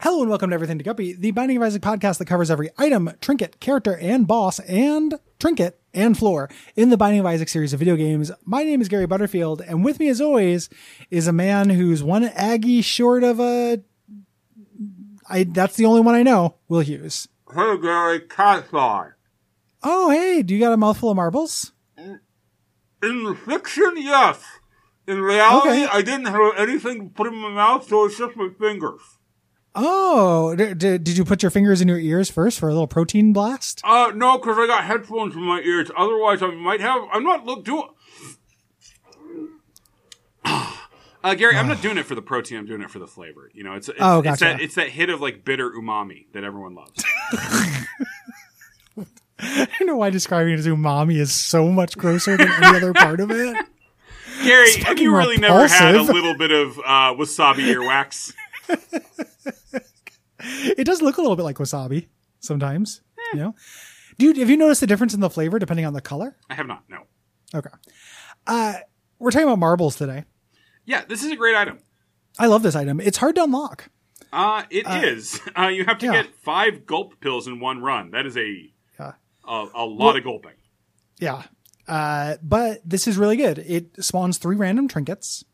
Hello and welcome to Everything to Guppy, the Binding of Isaac podcast that covers every item, trinket, character, and boss, and trinket and floor in the Binding of Isaac series of video games. My name is Gary Butterfield, and with me, as always, is a man who's one Aggie short of a. I that's the only one I know. Will Hughes. Hey, Gary, Cathar. Oh, hey, do you got a mouthful of marbles? In fiction, yes. In reality, Okay. I didn't have anything to put in my mouth, so it's just my fingers. Oh, d- d- did you put your fingers in your ears first for a little protein blast? Uh, no, because I got headphones in my ears. Otherwise, I might have. I'm not look doing. Uh, Gary, I'm not doing it for the protein. I'm doing it for the flavor. You know, it's it's, Oh, it's gotcha. that it's that hit of like bitter umami that everyone loves. I don't know why describing it as umami is so much grosser than any other part of it. Gary, have fucking you really never had a repulsive. little bit of uh, wasabi earwax? It does look a little bit like wasabi sometimes. You know, dude, have you noticed the difference in the flavor depending on the color? I have not. No. Okay, uh, we're talking about marbles today. Yeah, this is a great item. I love this item. It's hard to unlock. Uh, it is. Uh, you have to yeah. get five gulp pills in one run. That is a Yeah. a, a lot of gulping. Yeah. Uh, but this is really good. It spawns three random trinkets.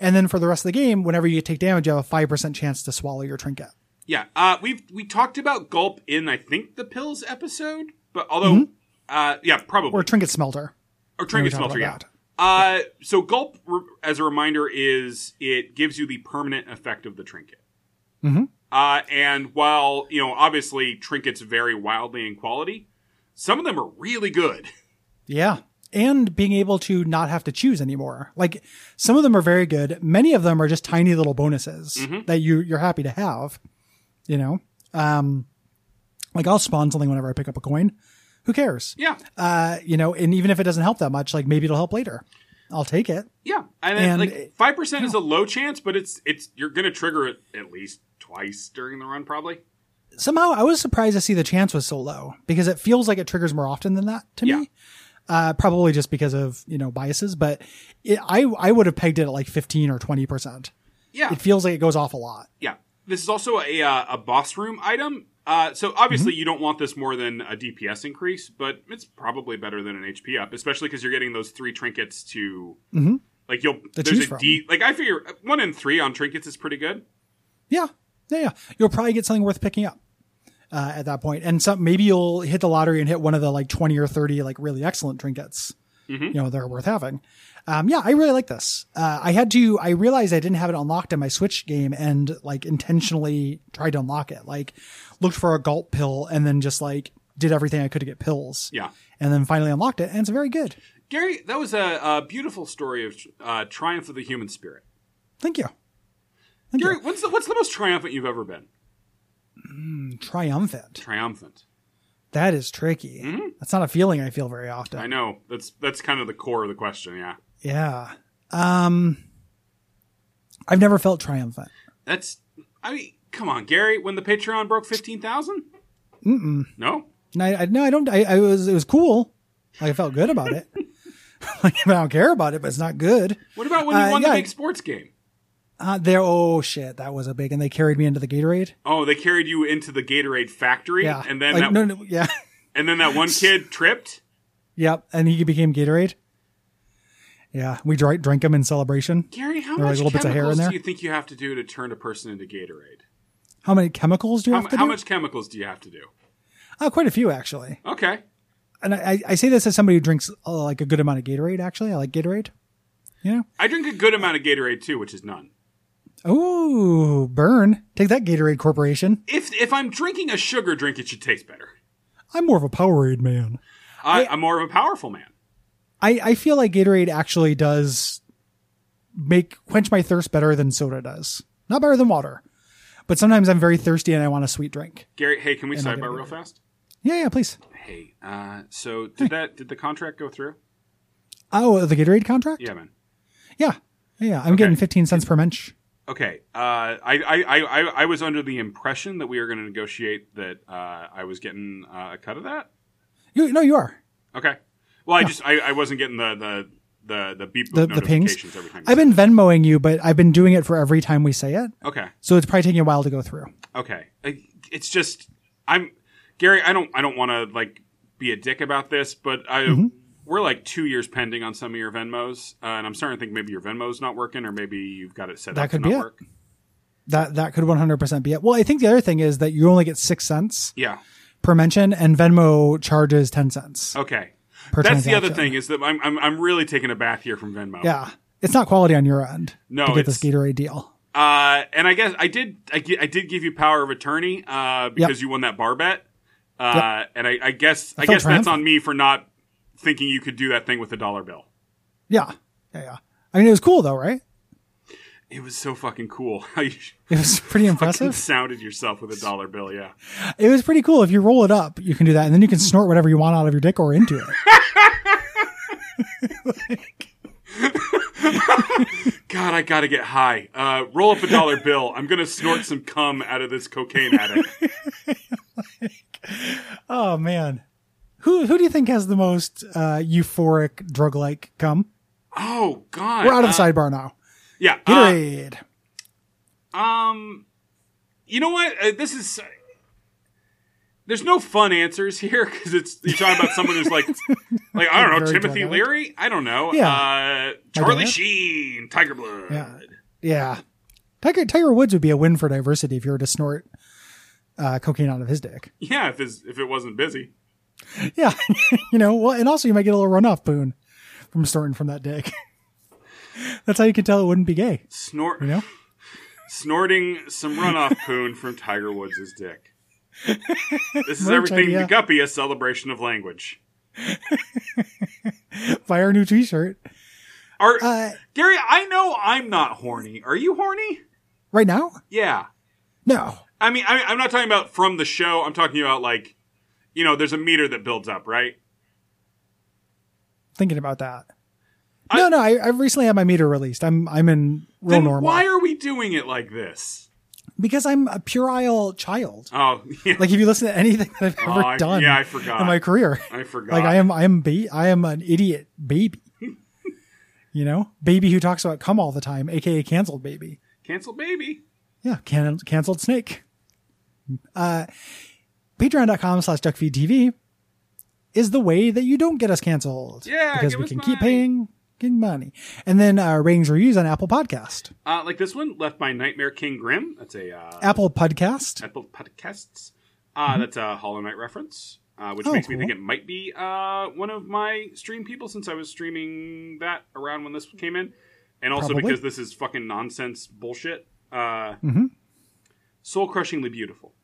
And then for the rest of the game, whenever you take damage, you have a 5% chance to swallow your trinket. Yeah. Uh, we've we talked about gulp in I think the pills episode, but although Mm-hmm. uh, yeah, probably Or or, a trinket smelter. trinket we talked smelter. Yeah. about Uh, so gulp, re- as a reminder, is it gives you the permanent effect of the trinket. Mm-hmm. Uh, and while you know, obviously, trinkets vary wildly in quality. Some of them are really good. Yeah. And being able to not have to choose anymore. Like some of them are very good. Many of them are just tiny little bonuses that you, you're happy to have, you know? Um, like I'll spawn something whenever I pick up a coin. Who cares? Yeah. Uh, you know, and even if it doesn't help that much, like maybe it'll help later. I'll take it. Yeah, And- and, then, like five percent is a low chance, but it's it's you're gonna trigger it at least twice during the run, probably. somehow I was surprised to see the chance was so low because it feels like it triggers more often than that to Yeah. me. Uh, probably just because of you know biases, but it, I I would have pegged it at like fifteen or twenty percent. Yeah, It feels like it goes off a lot. yeah. This is also a uh, a boss room item. Uh, so obviously Mm-hmm. you don't want this more than a DPS increase, but it's probably better than an HP up, especially because you're getting those three trinkets to like you'll To there's choose a Mm-hmm. from. D like I figure uh, one in three on trinkets is pretty good. Yeah, yeah, yeah. You'll probably get something worth picking up uh, at that point, and some maybe you'll hit the lottery and hit one of the like twenty or thirty like really excellent trinkets. You know they're worth having. Um, yeah, I really like this. Uh, I had to. I realized I didn't have it unlocked in my Switch game, and like intentionally tried to unlock it. Like looked for a gulp pill, and then just like did everything I could to get pills. Yeah. and then finally unlocked it, and it's very good. Gary, that was a, a beautiful story of uh, triumph of the human spirit. Thank you. Thank Gary, what's the, what's the most triumphant you've ever been? you. Triumphant. Triumphant. That is tricky. That's not a feeling I feel very often. I know that's that's kind of the core of the question. Yeah, Yeah. Um I've never felt triumphant. that's. I mean, come on, Gary. When the Patreon broke fifteen thousand, no, No, I, I no, I don't I, I was it was cool. Like I felt good about it. like I don't care about it, but it's not good. what about when you Uh, won yeah, the big sports game? Uh there oh shit, that was a big and they carried me into the Gatorade. Oh, they carried you into the Gatorade factory, Yeah. and then Like, that, no, no, yeah. and then that one kid tripped. yep, and he became Gatorade. Yeah, we drank drank him in celebration. Gary, how There were, like, much little bits of hair in chemicals there. do you think you have to do to turn a person into Gatorade? How many chemicals do you How, have to how do? much chemicals do you have to do? Oh, quite a few actually. Okay, And I, I- I say this as somebody who drinks uh, like a good amount of Gatorade. Actually, I like Gatorade. You know, I drink a good amount of Gatorade too, which is none. Oh, burn. Take that Gatorade Corporation. If if I'm drinking a sugar drink, it should taste better. I'm more of a Powerade man. I, I'm more of a powerful man. I, I feel like Gatorade actually does make quench my thirst better than soda does. Not better than water. But sometimes I'm very thirsty and I want a sweet drink. Gary, hey, can we I sidebar get real Gatorade. fast? Yeah, yeah, please. Hey, uh, so did that did the contract go through? Oh, the Gatorade contract? Yeah, man. Yeah. Yeah, I'm getting 15 cents per mensch. Okay, uh, I, I, I, I- I was under the impression that we were going to negotiate that uh, I was getting uh, a cut of that. You, no, you are. Okay, well, I just I, I wasn't getting the, the the the beep The, boop the pings. notifications every time. you I've say been Venmoing you, but I've been doing it for every time we say it. it. okay. So it's probably taking a while to go through. Okay, I, it's just I'm Gary. I don't I don't want to like be a dick about this, but I Mm-hmm. we're like two years pending on some of your Venmos, uh, and I'm starting to think maybe your Venmo's not working, or maybe you've got it set That up could to be not it. work. That that could 100% be it. Well, I think the other thing is that you only get 6 cents Yeah. per mention and Venmo charges 10 cents. Okay. Per That's the other transaction. thing is that I'm, I'm I'm really taking a bath here from Venmo. Yeah. It's not quality on your end No, to get this it's- Gatorade deal. Uh, and I guess I did I, gi- I did give you power of attorney uh, because you won that bar bet. Uh, and I, I guess I, felt guess that's triumphant. on me for not thinking you could do that thing with a dollar bill. Yeah. Yeah, yeah. I mean, it was cool though, right? It was so fucking cool how you It was pretty fucking impressive. sounded yourself with a dollar bill. Yeah, It was pretty cool. If you roll it up, you can do that, and then you can snort whatever you want out of your dick or into it. God, I gotta get high. Uh, roll up a dollar bill. I'm gonna snort some cum out of this cocaine addict. oh man, who who do you think has the most uh, euphoric drug like cum? Oh God, We're out of Uh, the sidebar now. yeah, uh, Gatorade. Um, you know what? Uh, this is. There's no fun answers here because it's you're talking about someone who's like, like I don't know, Very Timothy dramatic. Leary. I don't know. Yeah. Uh, Charlie it. Sheen, Tiger Blood. Yeah. yeah, Tiger Tiger Woods would be a win for diversity if you were to snort uh, cocaine out of his dick. Yeah, if his, if it wasn't busy. Yeah, you know. Well, and also you might get a little runoff boon from snorting from that dick. That's how you can tell it wouldn't be gay. Snort, You know. snorting some runoff poon from Tiger Woods' dick. This is Merch everything idea. to Guppy, a celebration of language. Buy our new T-shirt. Are Uh, Gary? I know I'm not horny. Are you horny? right now? Yeah. No. I mean, I, I'm not talking about from the show. I'm talking about like, you know, there's a meter that builds up, right? Thinking about that. I- no, no. I, I recently had my meter released. I'm I'm in real then normal why are we doing it like this? because I'm a puerile child. Oh, yeah, Like if you listen to anything that I've Oh, ever I- done, yeah, I forgot. in my career. I forgot. Like I am, I am, ba- I am an idiot baby. you know, baby who talks about cum all the time, aka canceled baby. cancel baby. Yeah, can- canceled snake. Uh, Patreon.com slash DuckFeedTV is the way that you don't get us canceled. Yeah, because give we us can money. keep paying, getting money, and then uh, ratings reviews on Apple Podcast, Uh, like this one, left by Nightmare King Grimm. That's a uh, Apple Podcast. Mm-hmm. Apple Podcasts. Uh, That's a Hollow Knight reference, uh, which Oh, makes me cool. think it might be uh, one of my stream people since I was streaming that around when this came in. And also Probably. because this is fucking nonsense bullshit. Uh, Mm-hmm. Soul crushingly beautiful.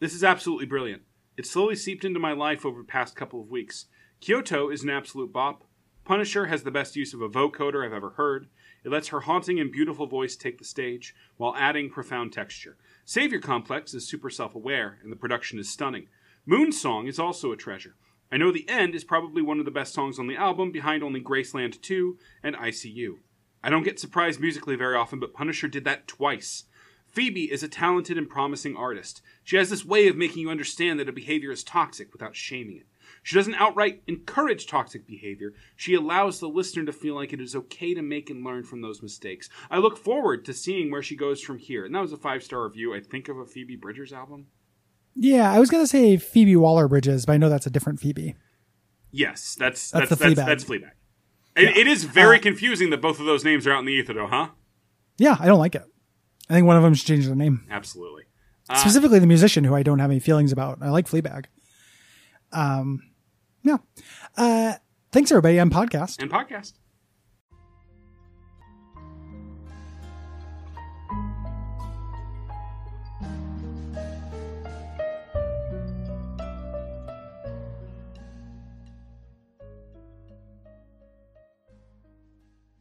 This is absolutely brilliant. It slowly seeped into my life over the past couple of weeks. Kyoto is an absolute bop. Punisher has the best use of a vocoder I've ever heard. It lets her haunting and beautiful voice take the stage while adding profound texture. Savior Complex is super self aware, and the production is stunning. Moon Song is also a treasure. I know The End is probably one of the best songs on the album, behind only Graceland 2 and ICU. I don't get surprised musically very often, but Punisher did that twice. Phoebe is a talented and promising artist. She has this way of making you understand that a behavior is toxic without shaming it. She doesn't outright encourage toxic behavior. She allows the listener to feel like it is okay to make and learn from those mistakes. I look forward to seeing where she goes from here. And that was a five star review, I think, of a Phoebe Bridgers album. Yeah, I was gonna say Phoebe Waller Bridges, but I know that's a different Phoebe. Yes, that's that's That's the that's that's, Fleabag. Uh, Fleabag. It, it is very confusing that both of those names are out in the ether, though, huh? Yeah, I don't like it. I think one of them should change their name. Absolutely. specifically the musician who I don't have any feelings about. I like Fleabag. Um, yeah. Uh, thanks everybody on podcast. And podcast.